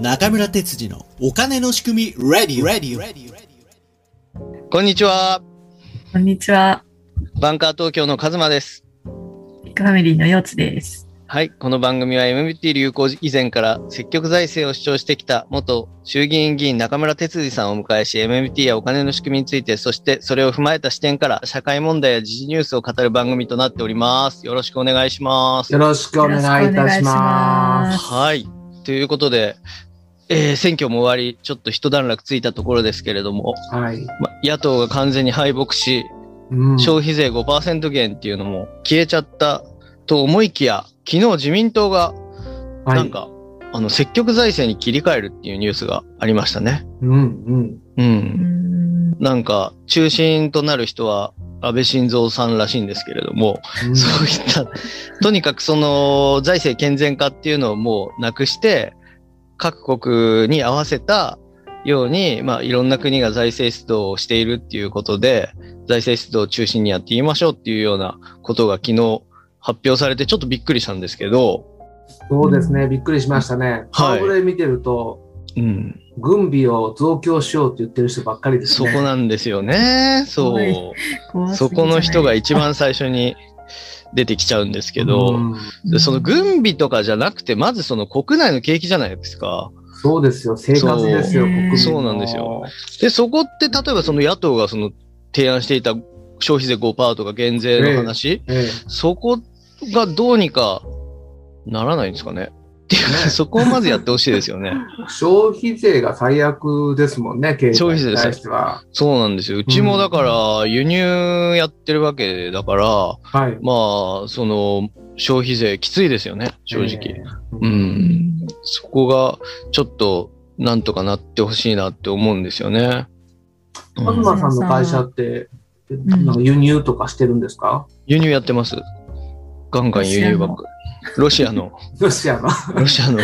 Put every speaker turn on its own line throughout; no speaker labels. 中村哲次のお金の仕組みレディオレディオ
こんにちは。
こんにちは。
バンカー東京のカズマです。
ビッグファミリーのようつです。
はい。この番組は MBT 流行以前から積極財政を主張してきた元衆議院議員中村哲司さんをお迎えし、MBT やお金の仕組みについて、そしてそれを踏まえた視点から社会問題や時事ニュースを語る番組となっております。よろしくお願いします。
よろしくお願いいたします。
はい。ということで、えー選挙も終わり、ちょっと一段落ついたところですけれども、
はい。
ま野党が完全に敗北し、
うん
消費税5%減っていうのも消えちゃったと思いきや、昨日自民党が
はい
なんか、あの、積極財政に切り替えるっていうニュースがありましたね。
うん
う。
うんん。
なんか、中心となる人は安倍晋三さんらしいんですけれども、
うん。
そういった、とにかくその財政健全化っていうのをもうなくして、各国に合わせたように、まあ、いろんな国が財政出動をしているっていうことで、財政出動を中心にやっていきましょうっていうようなことが昨日発表されて、ちょっとびっくりしたんですけど、
そうですね。びっくりしましたね。
はい
顔ぶれ見てると、
うん、
軍備を増強しようって言ってる人ばっかりです
そ
ね。
こなんですよね。そう。
怖す
そ
ぎじゃ
こ
ない
の人が。一番最初に出てきちゃうんですけ
う
ど、
ん
うん
その軍備とかじゃなくて、まずその国内の景気じゃないですか。
そうですよ。生活ですよ、
そう
国民の
そうなんですよ。で、そこって例えばその野党がその提案していた消費税5%とか減税の話、
え
そこがどうにかならないんですかね。っていうか、そこをまずやってほしいですよ ね。
え、消費税が最悪ですもんね、経
消費
済
税
に
です
対しては。
そうなんですよ。うちもだから、輸入やってるわけだから、
はい。
まあ、その、消費税きついですよね、正直。
ええ。
う。
うんん
そこがちょっとなんとかなってほしいなって思うんですよね。うん
東さんの会社って、
ん
なんか輸入とかしてるんですか
輸入やってます。ガンガン輸入ばっかり。ロシアの、
ロシアの。
ロシア の、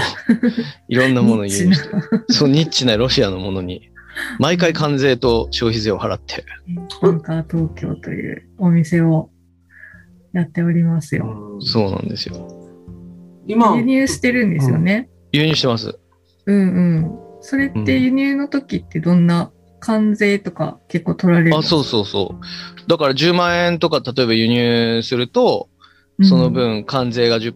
いろんなものを輸入してる。そう、ニッチなロシアのものに、毎回関税と消費税を払って。
バンカー東京というお店をやっておりますよ。
うん
そうなんですよ。
今、
輸入してるんですよね。
輸入してます。
うんうん。それって輸入の時ってどんな関税とか結構取られる
あ、そうそうそう。だから10万円とか、例えば輸入すると、
うん
その。分関税が10%、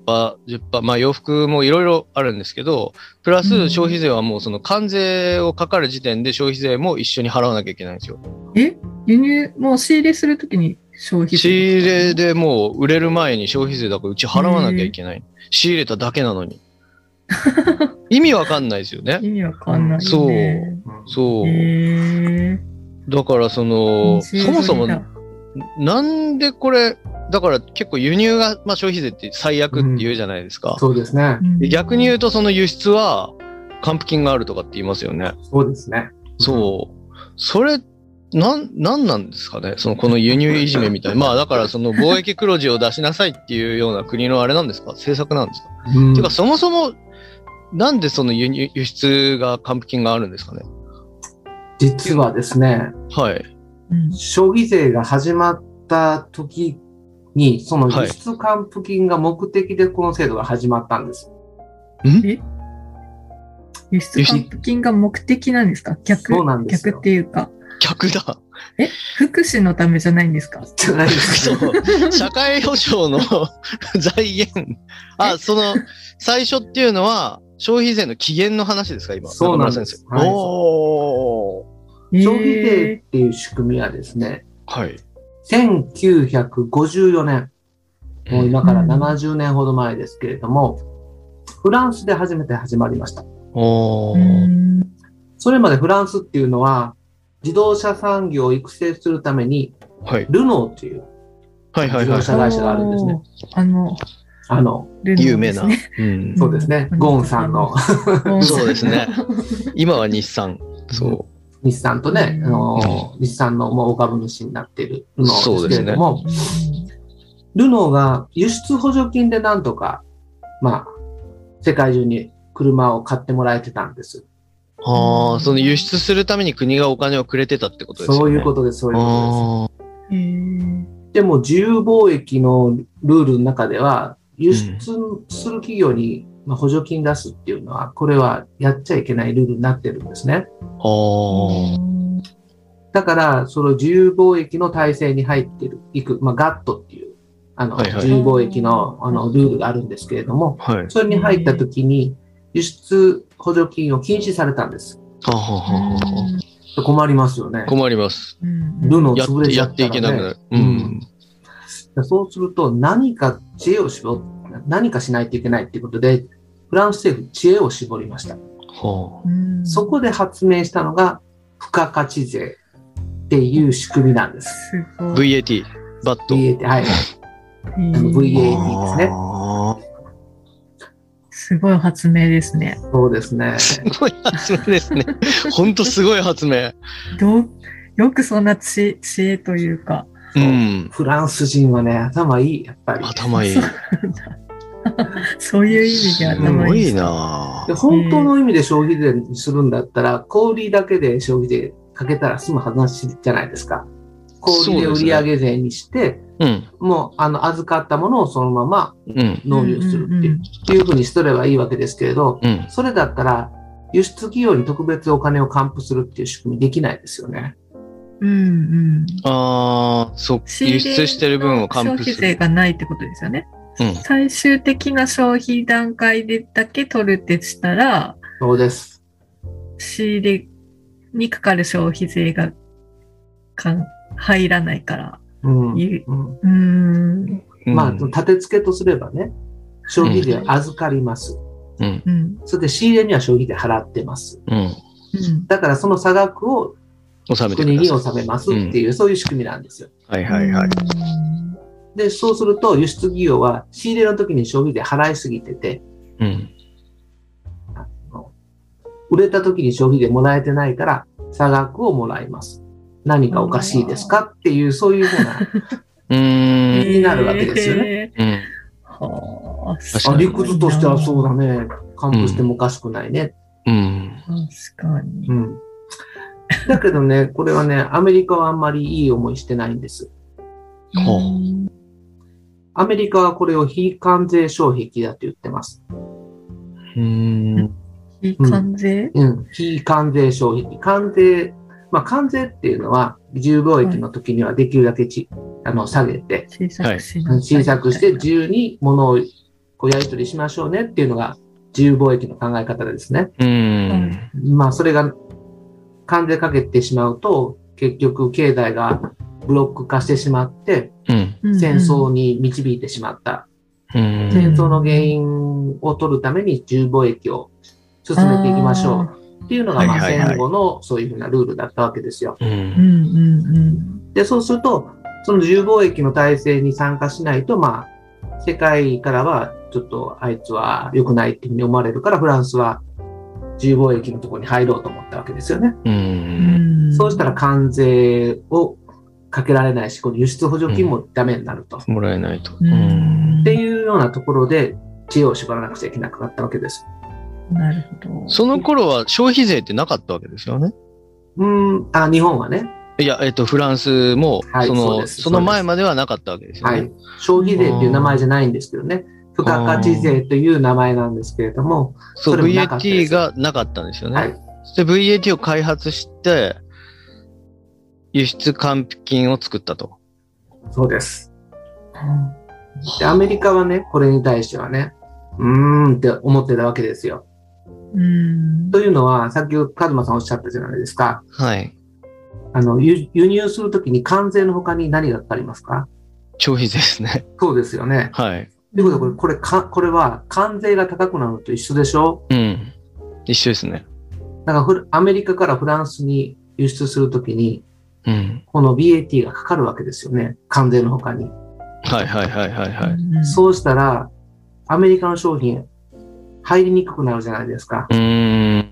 10%、まあ洋服もいろいろあるんですけど、プラ
う
ス
ん
消費税はもうその関税をかかる時点で消費税も一緒に払わなきゃいけないんですよ。
え輸入、もう仕入れするときに消費
仕
税
入れでもう売れる前に消費税だからうち払わなきゃいけない。仕入れただけなの に。意味わかんないですよね。
意味わかんない、ね。
そう
うん
そう。
へー
だからその、そもそもなんでこれ、だから結構輸入が、まあ消費税って最悪って言うじゃないですか。
そうですね。
で逆に言
う
うとその輸出は還付金があるとかって言いますよね。
そうですね。
そう。それ、なん、なんなんですかねその、この輸入いじめみたい な。まあ、だから、その、貿易黒字を出しなさいっていうような国のあれなんですか政策なんですか、
うん
てか、そもそも、なんでその輸入、輸出が、還付金があるんですかね
実はですね、
はい。
ん、
消費税が始まった時に、その
はい
輸出還付金が目的でこの制度が始まったんです。
輸出還付金が目的なんですか逆
そうなんですよ
逆っていうか、
客 だ。
福祉のためじゃないんですか
じゃない です
そ
か。
う。 社会保障の 財源。あ、その、最初っていうのは、消費税の期限の話ですか今。
そうなんです
中村先生
はい
お
消費税
え
っていう仕組みはですね、
ー。はい。
1954年、もう今から
うん
70年ほど前ですけれども、フランスで初めて始まりました。
お
ーう
ー。
ん
それまでフランスっていうのは、自動車産業を育成するために、
はい。
ルノーという
はいはい
自
はい。
動車会社があるんですね。
おーあの、
あの、
ルノー
有名
で
な
すね。
うん
そうですね
う、ん
ゴーンさんの
ゴーンさん
そうですね。今は日産。そ
日産とね、
うん
あの日産のもう大株主になっているルノ
そ
ー
う
で
ですす
け
ね
れども、ルノーが輸出補助金でなんとか、まあ、世界中に車を買ってもらえてたんです。
う。ああ、その輸出するために国がお金をくれてたってことですよね。。
そういうこととです、そういうこ
あ
へー
とです。でも、自由貿易のルールの中では、輸出する企業にまあ、補助金出すっていうのは、これはやっちゃいけないルールになってるんですね。
おー。
だから、その自由貿易の体制に入ってる、いく、まあ、ガットっていう、あの、
はいはい
自由貿易の、あの、ルールがあるんですけれども、
はい。
それに入った時に、輸出補助金を禁止されたんです。
はあはあはあは
困りますよね
あ。困ります。
ルノ
やっ
ー潰れち
や
ゃ
っ
ってた
い
ら、ね、
けなくなる。うん。
そうすると、何か知恵を絞っ何かしないといけないっていうことで、フランス政府、知恵を絞りました。
は
そこで発明したのが、付加価値税っていう仕組みなんです。
す
あ。
ごい。
VAT、バット。
VAT、はい。
えー
VAT ですね。
あ
すごい発明ですね。
そうですね
ー。すごい発明ですね。ほんとすごい発明。
どう、よくそんな知知恵というか。
うん。
フランス人はね、頭いい、やっぱり。
頭いい
そ。そういう意味で頭いい。
すごいな
で本当の意味で消費税にするんだったら、小売りだけで消費税かけたら済む話じゃないですか。小売りで売上税にして、
うん。
もうあの預かったものをそのまま
うん。
納入するっていう,、
うんうん
いうふうにすればいいわけですけれど、
うん。
それだったら輸出企業に特別お金を還付するっていう仕組みできないですよね。
うんうん。
ああ、そっ
仕入
輸
れ
出してる分を還
消
付
費
する
税。がないってことですよね。
うん
最終的な消費段階でだけ取るってしたら、
そうです。
仕入れにかかる消費税がかん入らないから。
うん
いいううーん。
うん
ん、まあ、立て付けとすればね、消費税を預かります。
うん。
うん。
それで仕入れには消費税払ってます。
うん。
うん。
だからその差額を
収めて
国
く
に
ださ
納めますっていう、そういう仕組みなんですよ。
い。はいはいはい。
で、そうすると輸出企業は仕入れの時に消費税払いすぎてて、
うん。
売れた時に消費税もらえてないから差額をもらいます。何かおかしいですかっていう、そういうふうな、
うーん。
になるわけですよね
ね。
うん。
は
確
あ
か
あ
に
理屈としてはそうだね。還付してもおかしくないね。
うん。
確かに。
うん。だけどね、これはね、アメリカはあんまりいい思いしてないんです。
ほう
アメリカはこれを非関税障壁だって言ってます。
うん。
非関税
うん。非関税障壁。関税、まあ関税っていうのは、自由貿易の時にはできるだけち、あの下げて、
小さくしなさいみたいな
小さくして自由に物をこうやり取りしましょうねっていうのが自由貿易の考え方ですね。
うん。
まあそれが関税かけてしまうと結局経済がブロック化してしまって
うん。
うんうん
戦争に導いてしまった。
うん。
戦争の原因を取るために自由貿易を進めていきましょ
あー
うっていうのがまあ
はいはいはい
戦後のそういうふうなルールだったわけですよ。
う。
うんんうんうん。
で、そうすると、その自由貿易の体制に参加しないと、まあ、世界からは、ちょっとあいつは良くないっていうふうに思われるから、フランスは自由貿易のところに入ろうと思ったわけですよね。
う。
うんん
そうしたら関税をかけられないし、この輸出補助金もダメになると。
もらえないと。
う
うん。
ん
っていうようなところで、知恵を絞らなくちゃいけなくなったわけです。
なるほど。
その頃は消費税ってなかったわけですよね。
うーん、あ、日本はね、
いや、えっと、フランスも、
はい
そ
そう
の、
です
その前まではなかったわけですよ
は
ね。
い。消費税っていう名前じゃないんですけどね、付加価値税という名前なんですけれども、
そう、
それもなかったで
VAT
すよ
がなかったんですよね。
はい
で、VAT を開発して、輸出還付金を作ったと。
そうです。で、アメリカはね、これに対してはね、うーんって思ってたわけですよ。
うん。
というのは、さっきカズマさんおっしゃったじゃないですか。
はい。
あの、輸輸入するときに関税の他に何がかかりますか
消費税ですね。
そうですよね。
はい。
ということで、これ、これか、これは関税が高くなるのと一緒でしょ
うん。一緒ですね。
だからフラ、アメリカからフランスに輸出するときに、
うん。
この BAT がかかるわけですよね。関税の他に。
はいはいはいはいはい。
い
そうしたら、アメリカの商品、入りにくくなるじゃないですか。
うーん。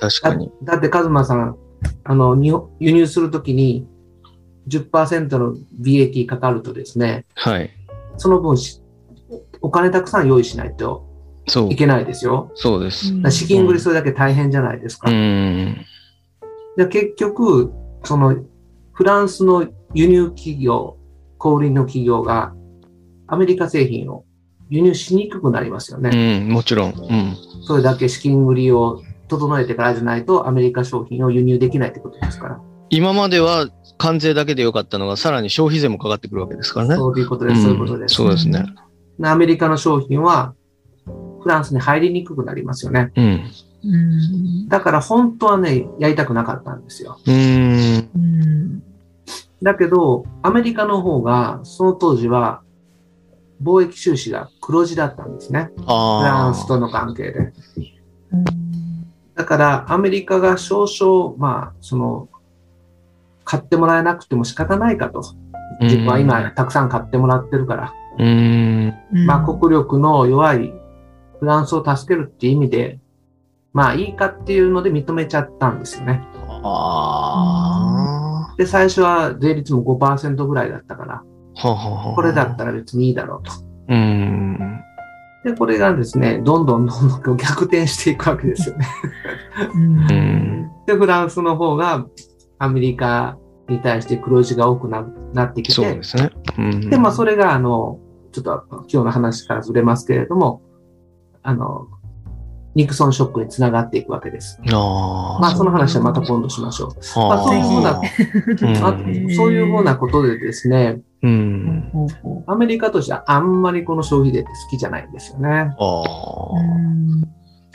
確かに。
だってカズマさん、あの、日本輸入するときに10%の VAT かかるとですね、
はい。
その分しお金たくさん用意しないと
そう
い。けないですよ。
そうです。
だから資金繰りそれだけ大変じゃないです
う
か。
ーん。
で結局、その、フランスの輸入企業、小売りの企業がアメリカ製品を輸入しにくくなりますよね。
うん、もちろん。うん。
それだけ資金繰りを整えてからじゃないと、アメリカ商品を輸入できないってことですから。
今までは関税だけでよかったのが、さらに消費税もかかってくるわけですからね。
そういうことです。そういうこと
ん
です。
そうですね。
でアメリカの商品は、フランスに入りにくくなりますよね。
うん。
うん。
だから本当はね、やりたくなかったんですよ。
うーん。
うん。
だけど、アメリカの方が、その当時は、貿易収支が黒字だったんですね。フラ
あ
ンスとの関係で。
うん
だから、アメリカが少々、まあ、その、買ってもらえなくても仕方ないかと。
あ。
自分は今、たくさん買ってもらってるから。
うーん。
まあ、国力の弱いフランスを助けるっていう意味で、まあ、いいかっていうので認めちゃったんですよね。
ああ。
で、最初は税率も5%ぐらいだったから、
ははは
これだったら別にいいだろうと。
うーん。
で、これがですね、どんどんどんどん逆転していくわけですよね。
うん
う。ん。
で、フランスの方がアメリカに対して黒字が多くななってき
そう
て
で、すね。うん。
で、まあ、それが、あの、ちょっと今日の話からずれますけれども、あの、ニクソンショックにつながっていくわけです。
ああ。
まあ、その話はまた今度しましょう。まあ、そういうふうな
あ、ー
あそういうふうなことでですね、
うん。うん。
ほうほ
アメリカとしてはあんまりこの消費税って好きじゃないんですよね。
あ
ううん
で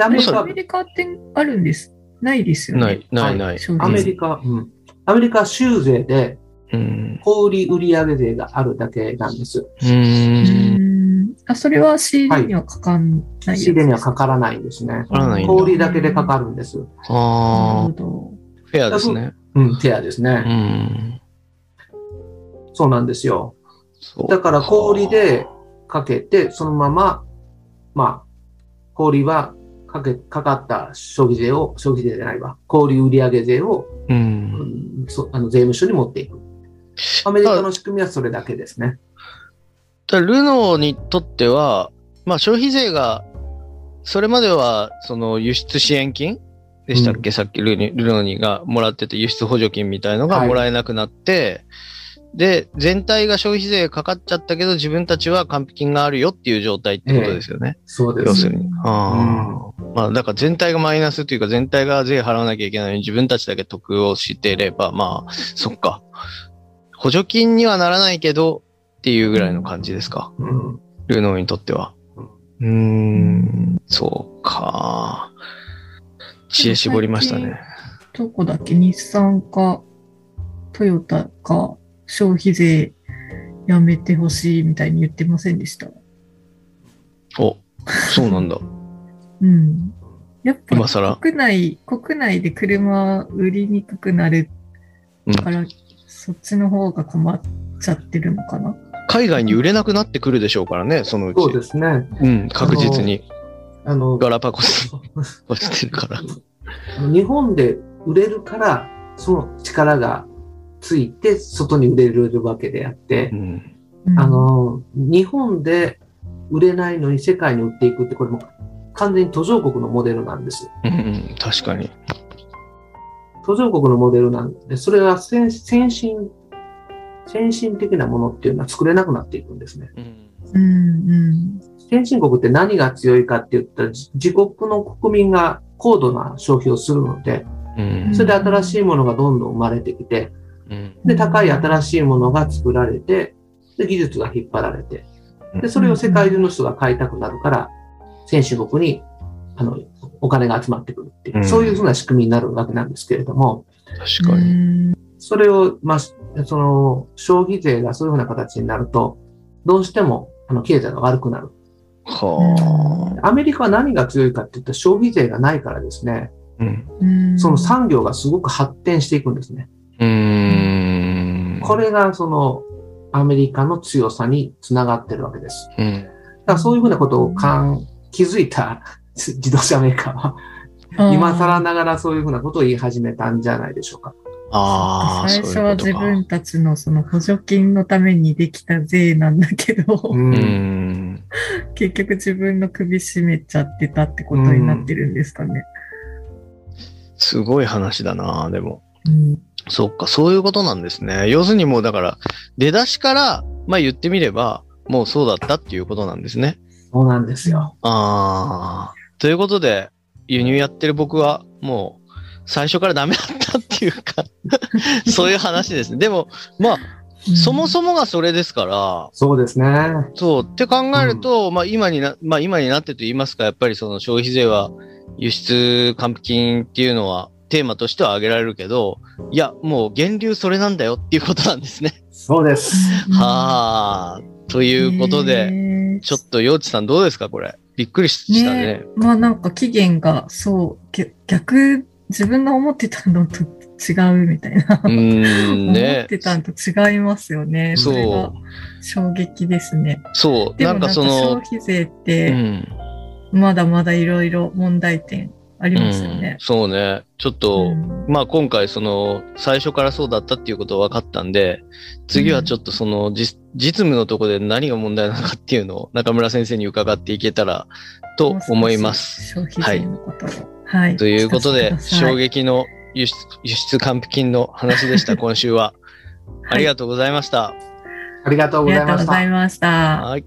アメリ
ア
カ
メ、リカってあるんです。ないです
あ。
よね。
ない、ない、ない。
消
ア
費
メ
税
リカ、うん。アメリカは州税で
うん。
小売売上税があるだけなんです。
うーん。
うんあ、それは CD にはかかんない
仕入れにはかからないんですね。
わからないんだ
小売だけでかかるんです。
な
あ
るほ
あ。フェアですね。
うん、ペアです
う
ね。
ん。
そうなんですよ。
そう
だから小売でかけて、そのまま、まあ、小売はかけ、かかった消費税を、消費税じゃないわ。小売売上税を
うん。
そあの税務署に持っていく。アメリカの仕組みはそれだけですね。
ただルノーにとっては、まあ、消費税がそれまではその輸出支援金でしたっけ、さっきルニルノーにがもらってて輸出補助金みたいのが
はい
もらえなくなって、で全体が消費税かかっちゃったけど自分たちは還付金があるよっていう状態ってことですよね、
そうで
要す
す。
るに。あーまあ、だから全体がマイナスというか全体が税払わなきゃいけないのに自分たちだけ得をしていればまあそっか補助金にはならないけどっていうぐらいの感じですか。
うん、
ルノーにとっては。うーん、そうか。知恵絞りましたね。
ど。どこだっけ日産か、トヨタか、消費税やめてほしいみたいに言ってませんでした。
お、そうなんだ。
うん。やっ
今
ぱ
更。
国内、国内で車売りにくくなるから、そっちの方が困っちゃってるのかな。
海外に売れなくなってくるでしょうからね、そのうち。
そうですね。
うん、確実に。
あの、
ガラパゴス落ちてるから。
日本で売れるから、その力がついて、外に売れるわけであって
う、ん。
うん
あ、の、日本で売れないのに世界に売っていくって、これも完全に途上国のモデルなんです。
うんうん、確かに。
途上国のモデルなんで、それは先先進、先進的なものっていうのは作れなくなっていくんですね。
うん
うんうん。
先進国って何が強いかって言ったら、じ自国の国民が高度な消費をするので、
うん
それで新しいものがどんどん生まれてきて、
うん
で、高い新しいものが作られて、で、技術が引っ張られて、で、それを世界中の人が買いたくなるから、先進国に、あの、お金が集まってくるっていうう、
ん
そういうふうな仕組みになるわけなんですけれども、
確かに。
それを、まあ、しその、消費税がそういうふうな形になると、どうしても、あの、経済が悪くなる。
は
アメリカは何が強いかって言ったら消費税がないからですね、
あ。うん。
うん
その産業がすごく発展していくんですね。
うーん。
こ。れがそのアメリカの強さにつながってるわけです。
うん。
だからそういうふうなことをかん気づいた 自動車メーカーは、今更ながらそういうふうなことを言い始めたんじゃないでしょうか。
ああ、
最初は
そうい
自
うことか
分たちのその補助金のためにできた税なんだけど
う
う、
んん。
結局自分の首絞めちゃってたってことになってるんですかね。
すごい話だな、でも。
うん
そっか、そういうことなんですね。要するにもうだから、出だしから、まあ言ってみれば、もうそうだったっていうことなんですね。
そうなんですよ。
あーということで、輸入やってる僕は、もう、最初からダメだったっていうか、そういう話ですね。でも、まあ、そもそもがそれですから、
そうですね。
そう、って考えると、まあ今にな、まあ今になってと言いますか、やっぱりその消費税は輸出還付金っていうのはテーマとしては挙げられるけど、いや、もう源流それなんだよっていうことなんですね。
そうです。
はあ、と
と
いうことで、ちょっと陽地さんどうですかこれ。びっくりしたね。
ねまあなんか期限がそうぎゃ逆自分の思ってたのと違うみたいな、
うーん、
思
ね
っ。てたのと違いますよね
そ
それが
う、
衝撃ですね
そう、
で
な
も
んか
なんか
そ
消
の、
費税っ
う
て
ん、
まだまだいろいろ問題点ありますよ
うん
ね、、
そうね。ちょっと、
うん
まあ今回その最初からそうだったっていうことは分かったんで、次はちょっとそのじ実務のところで何が問題なのかっていうのを中村先生に伺っていけたらと思います。
もう少し消費税のことをはい、
ということで、衝
衝撃
撃の輸出輸出還付金の話で した、今週は。ありがとうございました。
ありがとう
あ
ご
り
ざい
がとうご
ました
ざ。いました。
はい。